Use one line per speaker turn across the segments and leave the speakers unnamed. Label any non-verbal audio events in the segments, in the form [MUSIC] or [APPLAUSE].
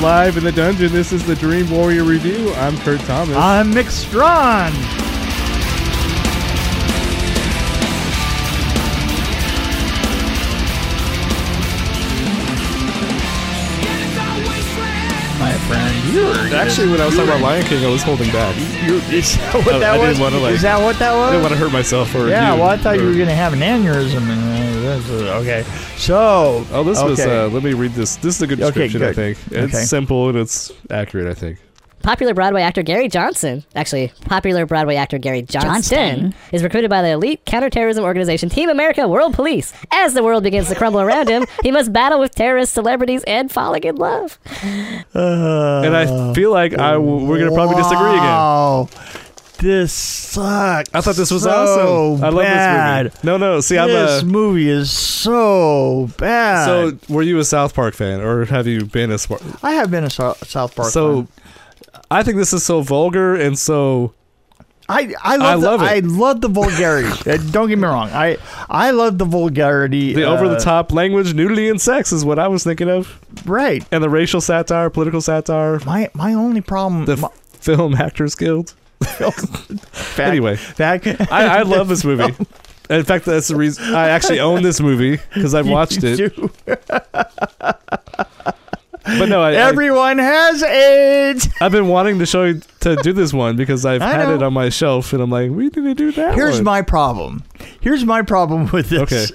live in the dungeon. This is the Dream Warrior Review. I'm Kurt Thomas.
I'm Mick Strawn.
My friend, you were
Actually, when I was talking about Lion King, I was holding back.
Is that what
I- Oh,
that
I
was?
didn't wanna, like-
Is that what that was?
I didn't want to hurt myself or
yeah,
you,
well, I thought you
or-
were going to have an aneurysm. And, uh, that's, uh, okay. So.
Oh, this was.
okay.
Uh, let me read this. This is a good
Okay,
description, I
good.
think. It's
Okay.
simple and it's accurate, I think.
Popular Broadway actor Gary Johnson, actually, popular Broadway actor Gary Johnston,
Johnston.
is recruited by the elite counterterrorism organization Team America World Police. As the world begins to crumble around him, he must battle with terrorists, celebrities, and falling in love.
And I feel like I w- uh, we're gonna probably disagree again.
Uh, Wow. This sucks.
I thought this was
so
awesome. I love
bad.
this movie. No, no. See, I'm
This
a.
movie is so bad.
So, were you a South Park fan, or have you been a Spark?
I have been a Sou- South Park.
So,
fan.
I think this is so vulgar and so.
I I love
I
the,
love it.
I love the
[LAUGHS]
vulgarity. Uh, Don't get me wrong. I I love the vulgarity.
The
uh,
over the top language, nudity, and sex is what I was thinking of.
Right.
And the racial satire, political satire,
My my only problem.
the [LAUGHS]
my, [LAUGHS]
f- Film Actors Guild.
fact,
anyway.
fact,
I, I love this
[LAUGHS]
movie. In fact, that's the reason I actually own this movie because I've watched it.
[LAUGHS] You-
But no, I, I,
Everyone has AIDS.
I've been wanting to show you to do this one because I've
I
had
know.
it on my shelf, and I'm like, we need to do that.
Here's
one.
my problem. Here's my problem with this.
Okay,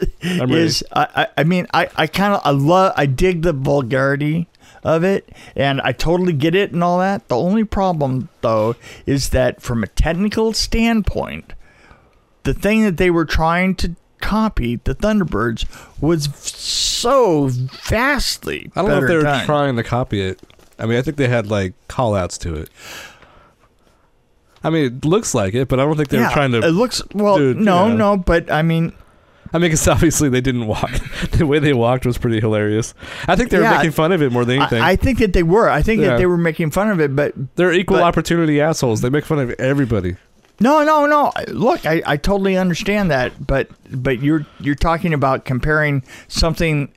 I'm ready.
is I, I I mean I I kind of I love I dig the vulgarity of it and I totally get it and all that. The only problem though is that from a technical standpoint, the thing that they were trying to copy the Thunderbirds was so vastly.
I don't know if
better
they were
done.
trying to copy it. I mean, I think they had like call outs to it. I mean, it looks like it, but I don't think they
yeah,
were trying to.
It looks well.
do it,
no,
yeah.
no, but I mean,
I mean, because [LAUGHS] obviously they didn't walk. [LAUGHS] the way they walked was pretty hilarious. I think they were
Yeah.
making fun of it more than anything.
I, I think that they were. I think
Yeah.
that they were making fun of it, but
They're equal
but-
opportunity assholes. They make fun of everybody.
No, no, no. Look, I, I totally understand that, but but you're you're talking about comparing something,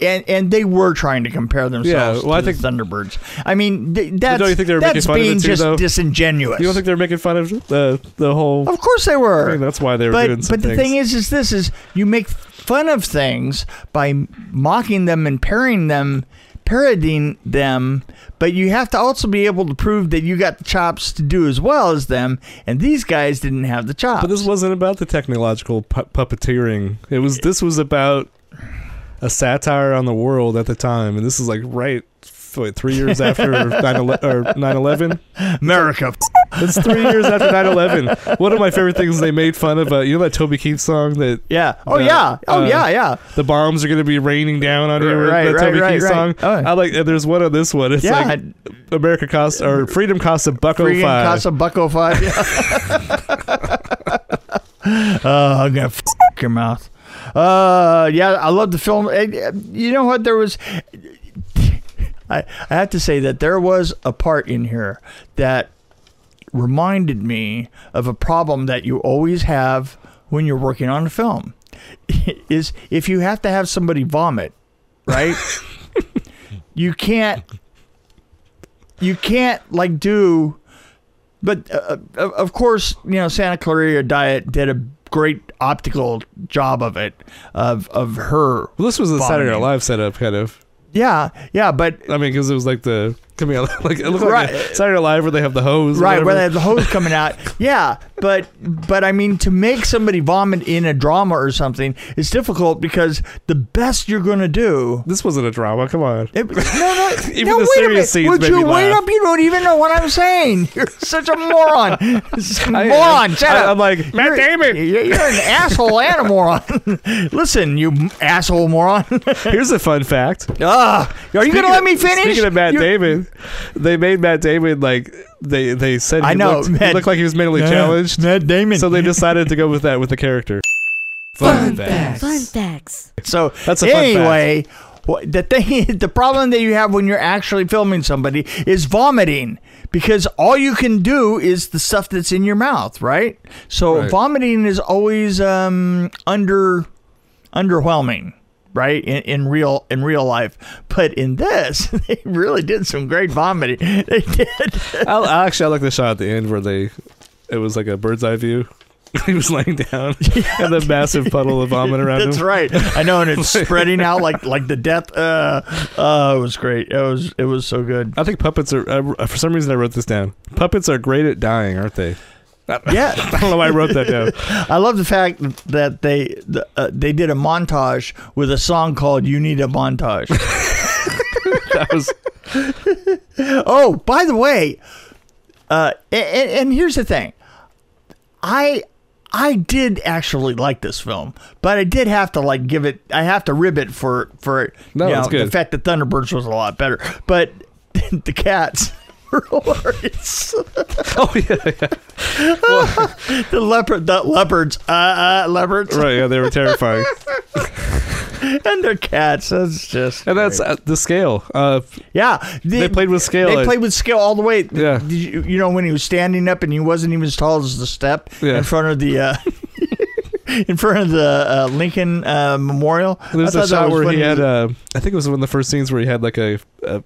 and and they were trying to compare themselves
Yeah, well,
to
I
the
think-
Thunderbirds. I mean, th- that's
don't you think they were making
that's
fun of it
being
too,
just
though?
disingenuous.
You don't think they're making fun of the the whole?
of course they
I
were.
think that's why they were
but
doing some
but the
things.
thing is, is this is you make fun of things by mocking them and parrying them. Parodying them, but you have to also be able to prove that you got the chops to do as well as them, and these guys didn't have the chops.
But this wasn't about the technological pu- puppeteering. It was this was about a satire on the world at the time, and this is like right f- what, three years
[LAUGHS]
after 9 or 9/11.
America.
It's three years after 9/11. One of my favorite things they made fun of. Uh, you know that Toby Keith song that
Yeah. Oh
The,
yeah. Oh
uh,
yeah. Yeah.
the bombs are going to be raining down on you.
Right,
that
right,
Toby
right,
Keith
right.
song.
Oh.
I like. and There's one on this one. It's
yeah.
like America costs or freedom costs a buck oh
Freaking
five.
Casabuco five. [LAUGHS] uh, I'm gonna f- your mouth. Uh, yeah. I love the film. And, uh, You know what? There was. I I have to say that there was a part in here that reminded me of a problem that you always have when you're working on a film [LAUGHS] is if you have to have somebody vomit right you can't you can't like do but uh, uh, of course you know santa clarita diet did a great optical job of it of of her
Well, this was a Saturday Night
Vomiting.
Live setup, kind of.
yeah yeah but
I mean, because it was like the coming out [LAUGHS] like it looked like
Right.
a Saturday Night Live where they have the hose, or
right where they
whatever.
have the hose
[LAUGHS]
coming out yeah but but i mean to make somebody vomit in a drama or something is difficult because the best you're going to do
This wasn't a drama. Come on. [LAUGHS]
It, no, no,
Even the
no, wait a minute.
serious scenes
Would
made
you
me
wait
laugh.
up? You don't even know what I'm saying. You're such
[LAUGHS]
a moron. moron. Shut
I,
up.
I'm like Matt Damon.
You're, you're an asshole and a moron. [LAUGHS] Listen, you m- asshole moron. [LAUGHS]
Here's a fun fact.
Ah, are you going to
Speaking
let
of-
me finish?
Speaking of Matt
You're-
Damon, they made Matt Damon like they they said he
I know,
looked, he
Matt-
looked like he was mentally
Yeah,
challenged,
Matt Damon.
so
[LAUGHS]
they decided to go with that with the character. Fun fact.
Fun facts.
So
That's a fun fact.
anyway, wha- the thing, [LAUGHS] the problem that you have when you're actually filming somebody is vomiting because all you can do is the stuff that's in your mouth, right? So
Right.
vomiting is always um, under underwhelming. right in, in real in real life but in this [LAUGHS] they really did some great vomiting [LAUGHS] they did
I, actually, I like the shot at the end where they, it was like a bird's eye view. [LAUGHS] he was laying
[LAUGHS]
down and the massive puddle of vomit around
that's
him.
right i
[LAUGHS]
know and it's spreading out like like the death uh uh it was great it was it was
[LAUGHS]
so good
I think puppets are. I, for some reason, I wrote this down. Puppets are great at dying, aren't they?
yeah
[LAUGHS] I don't know why I wrote that
[LAUGHS]
down.
I love the fact that they the, uh, they did a montage with a song called "You Need a Montage."
[LAUGHS] That was
oh, by the way, uh, and, and here's the thing, I I did actually like this film, but I did have to like give it. I have to rib it for for
No,
you
it's
know, the
good.
fact that Thunderbirds was a lot better, but [LAUGHS] the cats. [LAUGHS] were hilarious.
oh yeah, yeah.
the leopard, the leopards, uh, uh, leopards,
right. Yeah, they were terrifying,
and their cats. That's just
and that's uh, the scale. Uh,
Yeah,
they played with scale.
They
like-
played with scale all the way.
Yeah.
Did you, you know when he was standing up and he wasn't even as tall as the step
Yeah.
in front of the. Uh, [LAUGHS] In front of the uh, Lincoln uh, Memorial,
There's
I
a
thought that
shot
was
where
when
he had. Uh, I think it was one of the first scenes where he had like a, a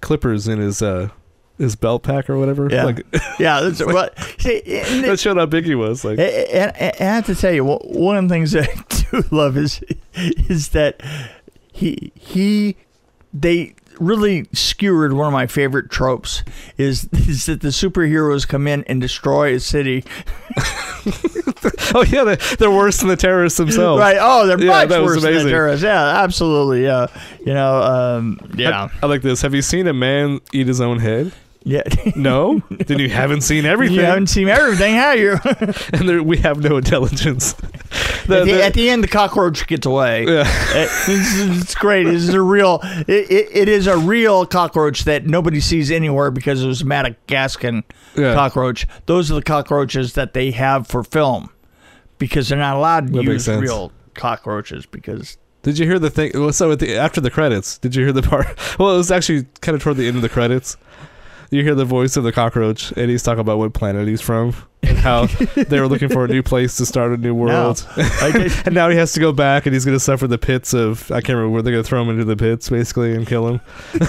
clippers in his uh, his belt pack or whatever.
Yeah.
Like [LAUGHS]
yeah. That's, well, see, and,
that showed how big he was. Like
and- and- and I have to tell you, one- one of the things [LAUGHS] that I do love is is that he he they really skewered one of my favorite tropes is [LAUGHS] is that the superheroes come in and destroy a city
[LAUGHS] oh yeah, they're, they're worse than the terrorists themselves.
Right. Oh, they're
Yeah,
much
that was
worse than the
amazing.
terrorists. Yeah, absolutely. Yeah. You know, um, yeah.
I, I like this. Have you seen a man eat his own head?
Yeah. [LAUGHS]
No. then you haven't seen everything.
you haven't seen everything, have you? [LAUGHS]
and there, we have no intelligence. [LAUGHS] The-
at, the,
the-
at the end, the cockroach
[LAUGHS]
gets away.
yeah.
Uh, this is- it's great. This is a real. It, it, it is a real cockroach that nobody sees anywhere because it was a Madagascan
Yeah.
cockroach. Those are the cockroaches that they have for film because they're not allowed to
That makes
use
sense.
real cockroaches because
Did you hear the thing? Well, so at the, after the credits, did you hear the part? [LAUGHS] Well, it was actually kind of toward the end of the credits. You hear the voice of the cockroach, and he's talking about what planet he's from and
[LAUGHS]
how they were looking for a new place to start a new world.
I did,
And now he has to go back, and he's going to suffer the pits of I can't remember where they're going to throw him into the pits, basically, and kill him. [LAUGHS]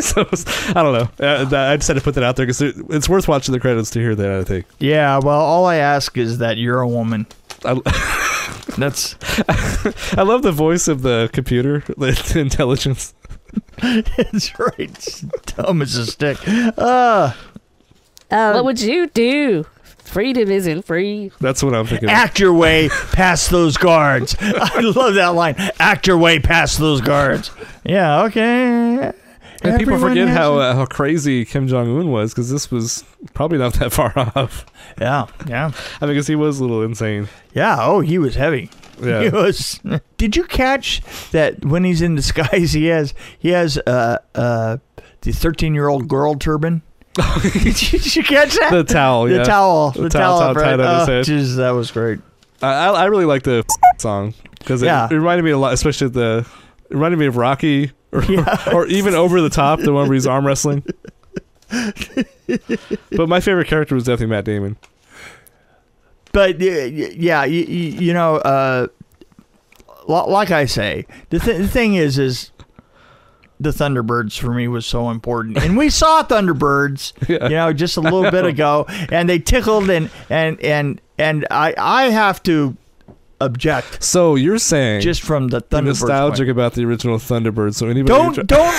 so it was- I don't know. Uh, that- I just had to put that out there because it's worth watching the credits to hear that. I think.
[LAUGHS] yeah. Well, all I ask is that you're a woman.
I,
That's
I love the voice of the computer, [LAUGHS] the intelligence.
That's right. [LAUGHS] It's Dumb as a stick. Uh,
Um, what would you do? Freedom isn't free.
That's what I'm thinking. of.
act your way past those guards. [LAUGHS] I love that line. Act your way past those guards. Yeah, okay.
And people
Everyone
forget
has
how
a-
uh, how crazy Kim Jong Un was because this was probably not that [LAUGHS] far off.
yeah, yeah.
I mean, because he was a little insane.
Yeah, oh, he was heavy. [LAUGHS] He
Yeah,
was. Did you catch that when he's in disguise, he has he has uh uh the thirteen year old girl
[LAUGHS]
turban. [LAUGHS] Did you catch that?
the towel. Yeah,
The towel. The,
The towel- towel
right?
tied on his
Oh,
head.
jeez, that was great.
I, I I really like the [LAUGHS] song because it,
Yeah.
it reminded me a lot, especially the it reminded me of Rocky or,
Yeah.
[LAUGHS] or even Over the Top, the one where he's arm
[LAUGHS]
wrestling. but my favorite character was definitely Matt Damon. [LAUGHS]
but uh, y- yeah, you, you know, uh, li- like I say, the, th- the thing is, is the Thunderbirds for me was so important, and we saw Thunderbirds,
Yeah.
you know, just a
[LAUGHS]
little bit ago, and they tickled, and and and and I I have to object
So you're saying
just from the
you're
Thunderbirds.
nostalgic
point.
about the original Thunderbird. So anybody who [LAUGHS]
Don't
tr-
don't.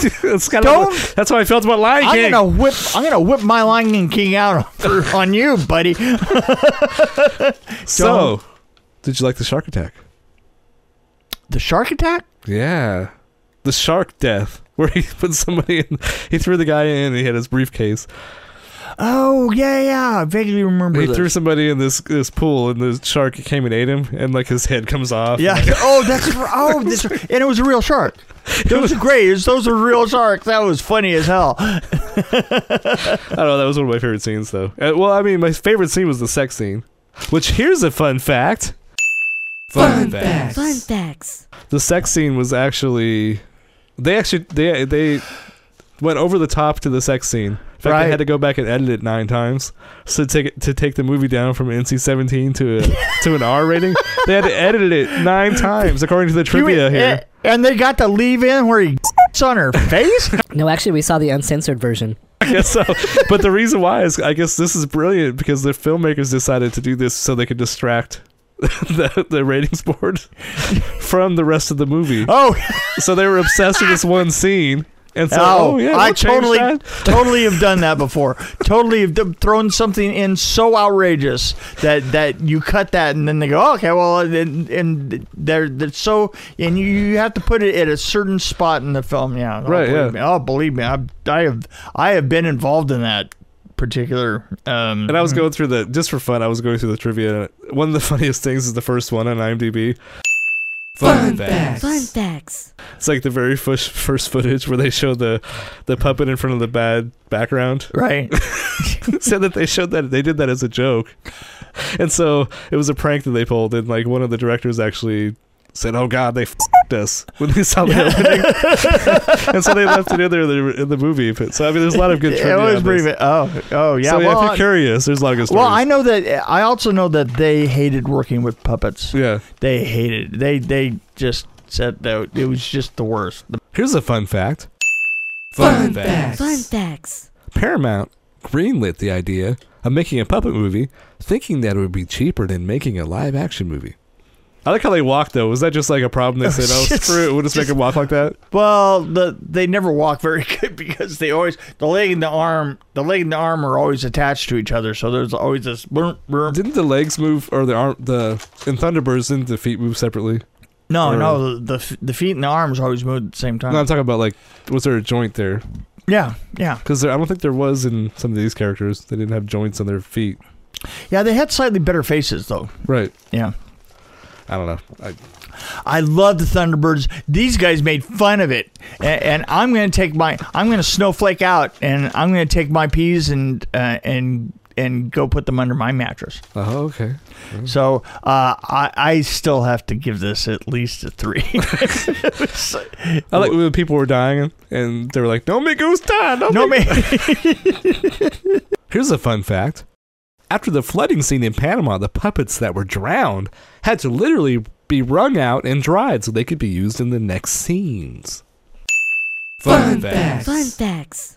[LAUGHS] It's kinda-
don't-
That's how I felt about Lion
I'm
King.
gonna whip. I'm gonna whip my Lion King
[LAUGHS]
out for, on you, buddy.
So, did you like the shark attack?
The shark attack.
Yeah. The shark death, [LAUGHS] where he put somebody in, he threw the guy in, and he had his briefcase.
Oh yeah, yeah. I vaguely remember.
He
this.
threw somebody in this this pool, and the shark came and ate him, and like his head comes off. [LAUGHS]
Yeah. oh, that's r- oh, that's, r- and it was a real shark.
[LAUGHS]
Those are great. It was- Those are real sharks. That was funny as hell.
I don't know. That was one of my favorite scenes, though. Uh, well, I mean, my favorite scene was the sex scene, which here's a fun fact. Fun, fact.
Fun facts.
The sex scene was actually, they actually they they went over the top to the sex scene In fact,
Right.
they had to go back and edit it nine times. So to take it, to take the movie down from NC-17 to a, to an R
[LAUGHS]
rating, they had to edit it nine times according to the trivia
You-
here.
eh, And they got the leave in where he [LAUGHS] on her face.
No, actually, we saw the uncensored version.
I guess so. [LAUGHS] But the reason why is I guess this is brilliant because the filmmakers decided to do this so they could distract [LAUGHS] the, the ratings board [LAUGHS] from the rest of the movie.
Oh,
So they were obsessed with this one scene. And so,
Oh,
oh, yeah,
I
we'll change
totally-
that.
totally have done that before. Totally have d- thrown something in so outrageous that that you cut that and then they go, okay, well, and, and they're, they're so and you, you have to put it at a certain spot in the film. Yeah, oh,
Right,
Believe
yeah.
Me. Oh, believe me, I, I have I have been involved in that particular. Um,
And I was going through the just for fun. I was going through the trivia. One of the [LAUGHS] funniest things is the first one on IMDb. Fun facts.
Fun facts.
It's like the very first first footage where they show the the puppet in front of the bad background.
right.
said that they showed that they did that as a joke, and so it was a prank that they pulled. And like one of the directors actually said, "Oh God, they f***ed us when they
[LAUGHS]
saw the [LAUGHS] opening," and so they left it in there in the, in the movie. But so I mean, there's a lot of good
It
trivia.
was
on
pretty.
this.
bad. Oh, oh yeah.
so yeah,
well,
if you're curious, there's a lot of good stories.
well, I know that. I also know that they hated working with puppets.
yeah.
They hated. They they just said that it was just the worst. The
Here's a fun fact.
Fun facts.
Fun facts.
Paramount greenlit the idea of making a puppet movie, thinking that it would be cheaper than making a live action movie. I like how they walked though. Was that just like a problem? They said, "Oh,
Just-
screw it, we'll just make
just-
him walk like that."
Well, the they never walk very [LAUGHS] good because they always the leg and the arm the leg and the arm are always attached to each other, so there's always this. brr, brr.
Didn't the legs move or the arm the in Thunderbirds didn't the feet move separately?
No,
or-
no, the f- the feet and the arms always move at the same time.
No, I'm talking about like was there a joint there?
yeah, yeah,
Because I don't think there was in some of these characters. They didn't have joints on their feet.
yeah. They had slightly better faces though.
Right.
Yeah,
I don't know. I,
I love the Thunderbirds. These guys made fun of it, and, and I'm gonna take my I'm gonna snowflake out, and I'm gonna take my peas and uh, and and go put them under my mattress.
oh, okay.
So uh, I, I still have to give this at least a three. [LAUGHS] It was-
I like when people were dying and they were like, "Don't make us die." Don't
no
make-"
man.
Here's a fun fact. After the flooding scene in Panama, the puppets that were drowned had to literally be wrung out and dried so they could be used in the next scenes.
Fun facts.
Fun facts.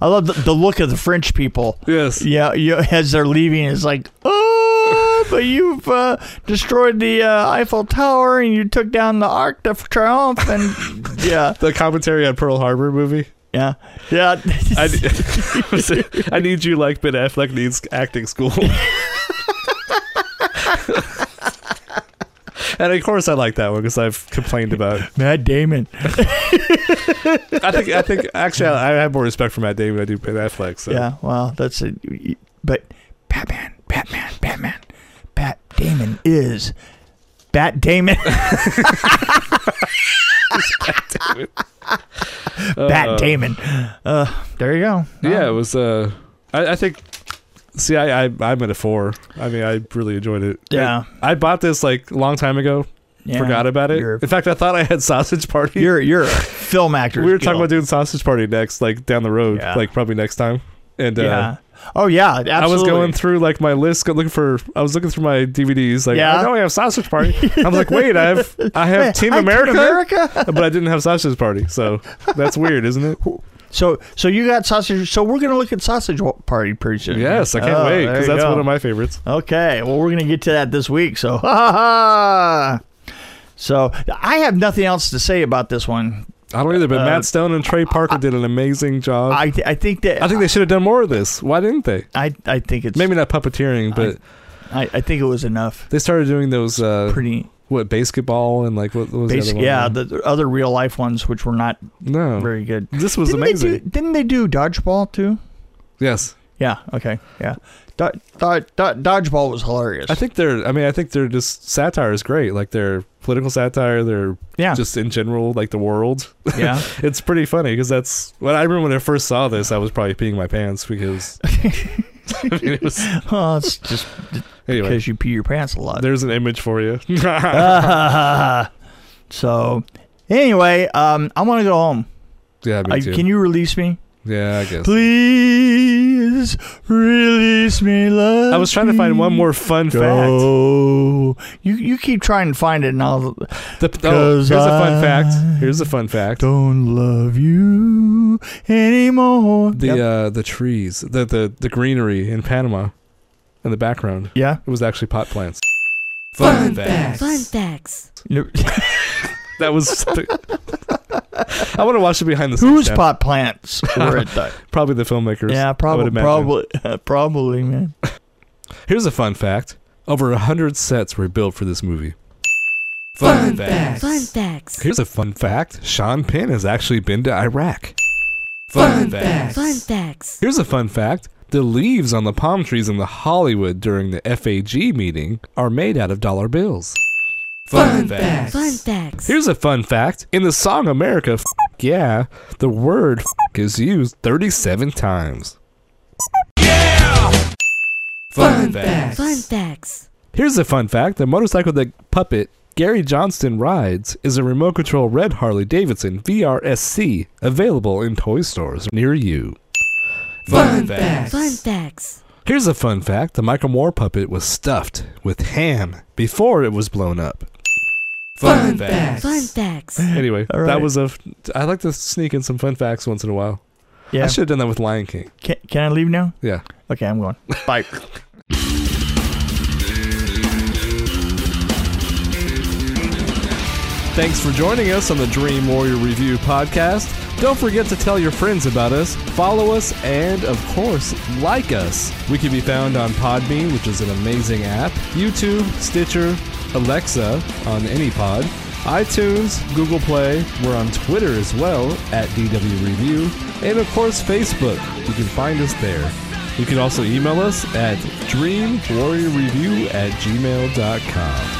I love the, the look of the French people.
Yes.
Yeah, you, as they're leaving, it's like, oh, but you've uh, destroyed the uh, Eiffel Tower and you took down the Arc de Triomphe, and [LAUGHS] yeah,
The commentary on Pearl Harbor movie.
yeah, yeah. [LAUGHS]
I, I need [LAUGHS] you like Ben Affleck needs acting school. and of course, I like that one because I've complained about.
Matt Damon.
I think I think actually I, I have more respect for Matt Damon than I do Ben Affleck. So.
Yeah, well, that's it. But Batman, Batman, Batman, Bat Damon is Bat Damon. [LAUGHS]
Uh.
Bat Damon. Uh, there you go.
Yeah, it was. Uh, I, I think. See, I, I I'm at a four. I mean, I really enjoyed it.
Yeah.
I, I bought this like a long time ago.
Yeah.
Forgot about it.
You're-
In fact, I thought I had Sausage Party.
You're you're a film actor.
we were talking about doing Sausage Party next, like down the road,
Yeah.
like probably next time. And uh,
yeah. Oh yeah, absolutely.
I was going through like my list, go- looking for. I was looking through my DVDs. Like, "Oh,
Yeah.
I know I have Sausage Party. I
[LAUGHS]
was like, wait, I have, I have Team
I-
America,
America.
but I didn't have Sausage Party. So that's weird, isn't it?
So so you got sausage. So we're gonna look at Sausage Party pretty soon.
Yes, I can't
Oh,
'cause wait
there
because
you
that's
go.
one of my favorites.
Okay, well, we're going to get to that this week. So, [LAUGHS] ha ha. So, I have nothing else to say about this one.
I don't either, but
Uh,
Matt Stone and Trey Parker did an amazing job. I,
I I think that
think they should have done more of this. Why didn't they?
I I think it's
Maybe not puppeteering, but
I, I think it was enough.
they started doing those uh,
Pretty
what basketball and like what, what was
basic.
the other one?
Yeah, the, the other real life ones which were not
no,
very good.
this was
didn't
amazing.
They do, didn't they do dodgeball too?
yes,
Yeah. Okay. Yeah. Do, do, do- dodgeball was hilarious.
I think they're. I mean, I think they're just satire is great. Like their political satire, their
yeah.
just in general, like the world. [LAUGHS]
yeah. [LAUGHS]
It's pretty funny because that's what I remember when I first saw this. I was probably peeing my pants
[LAUGHS]
because. [LAUGHS] I mean, it was,
Oh, it's just
[LAUGHS] anyway,
because you pee your pants a [LAUGHS] lot.
there's an image for you.
Ah, so, anyway, um, I want to go home.
yeah,
I,
me too.
can you release me,
yeah, I guess.
please? kiss me, love.
I was trying to find one more fun fact.
Go. You you keep trying to find it, and I'll
The, oh, here's a fun
'Cause I
fact. Here's a fun fact.
don't love you anymore.
The
Yep.
uh, the trees, the, the the greenery in Panama, in the background,
yeah.
it was actually pot plants.
Fun
Fun
facts.
facts.
[LAUGHS]
No-
That was. the- I want to watch it behind the scenes.
Whose
now. [LAUGHS]
pot plants were at that?
Probably the filmmakers.
[LAUGHS] yeah,
would
probably,
imagine.
probably, [LAUGHS] probably, man.
Here's a fun fact: over a hundred sets were built for this movie.
Fun Fun facts. facts.
Fun facts.
Here's a fun fact: Sean Penn has actually been to Iraq.
Fun
Fun
facts.
Fun facts.
Here's a fun fact. The leaves on the palm trees in the Hollywood during the FAG meeting are made out of dollar bills.
Fun Fun facts.
Fun facts.
Here's a fun fact. In the song America, F- yeah, the word F- is used 37 times.
Fun Fun facts. facts.
Fun facts.
Here's a fun fact. The motorcycle that puppet Gary Johnston rides is a remote control red Harley Davidson VRSC available in toy stores near you.
Fun Fun facts. facts.
Fun facts.
Here's a fun fact. The Michael Moore puppet was stuffed with ham before it was blown up.
Fun Fun facts. facts.
Fun
[LAUGHS]
facts.
Anyway,
All
that
right.
was a. f- I like to sneak in some fun facts once in a while. I
Yeah.
should have done that with Lion King.
Can, can I leave now?
Yeah.
Okay, I'm
[LAUGHS]
going. Bye.
Thanks for joining us on the Dream Warrior Review podcast. Don't forget to tell your friends about us, follow us, and of course, like us. We can be found on Podbean, which is an amazing app, YouTube, Stitcher, Alexa on any pod, iTunes, Google Play. We're on Twitter as well at DW Review, and of course, Facebook. You can find us there. You can also email us at dreamwarriorreview at gmail.com.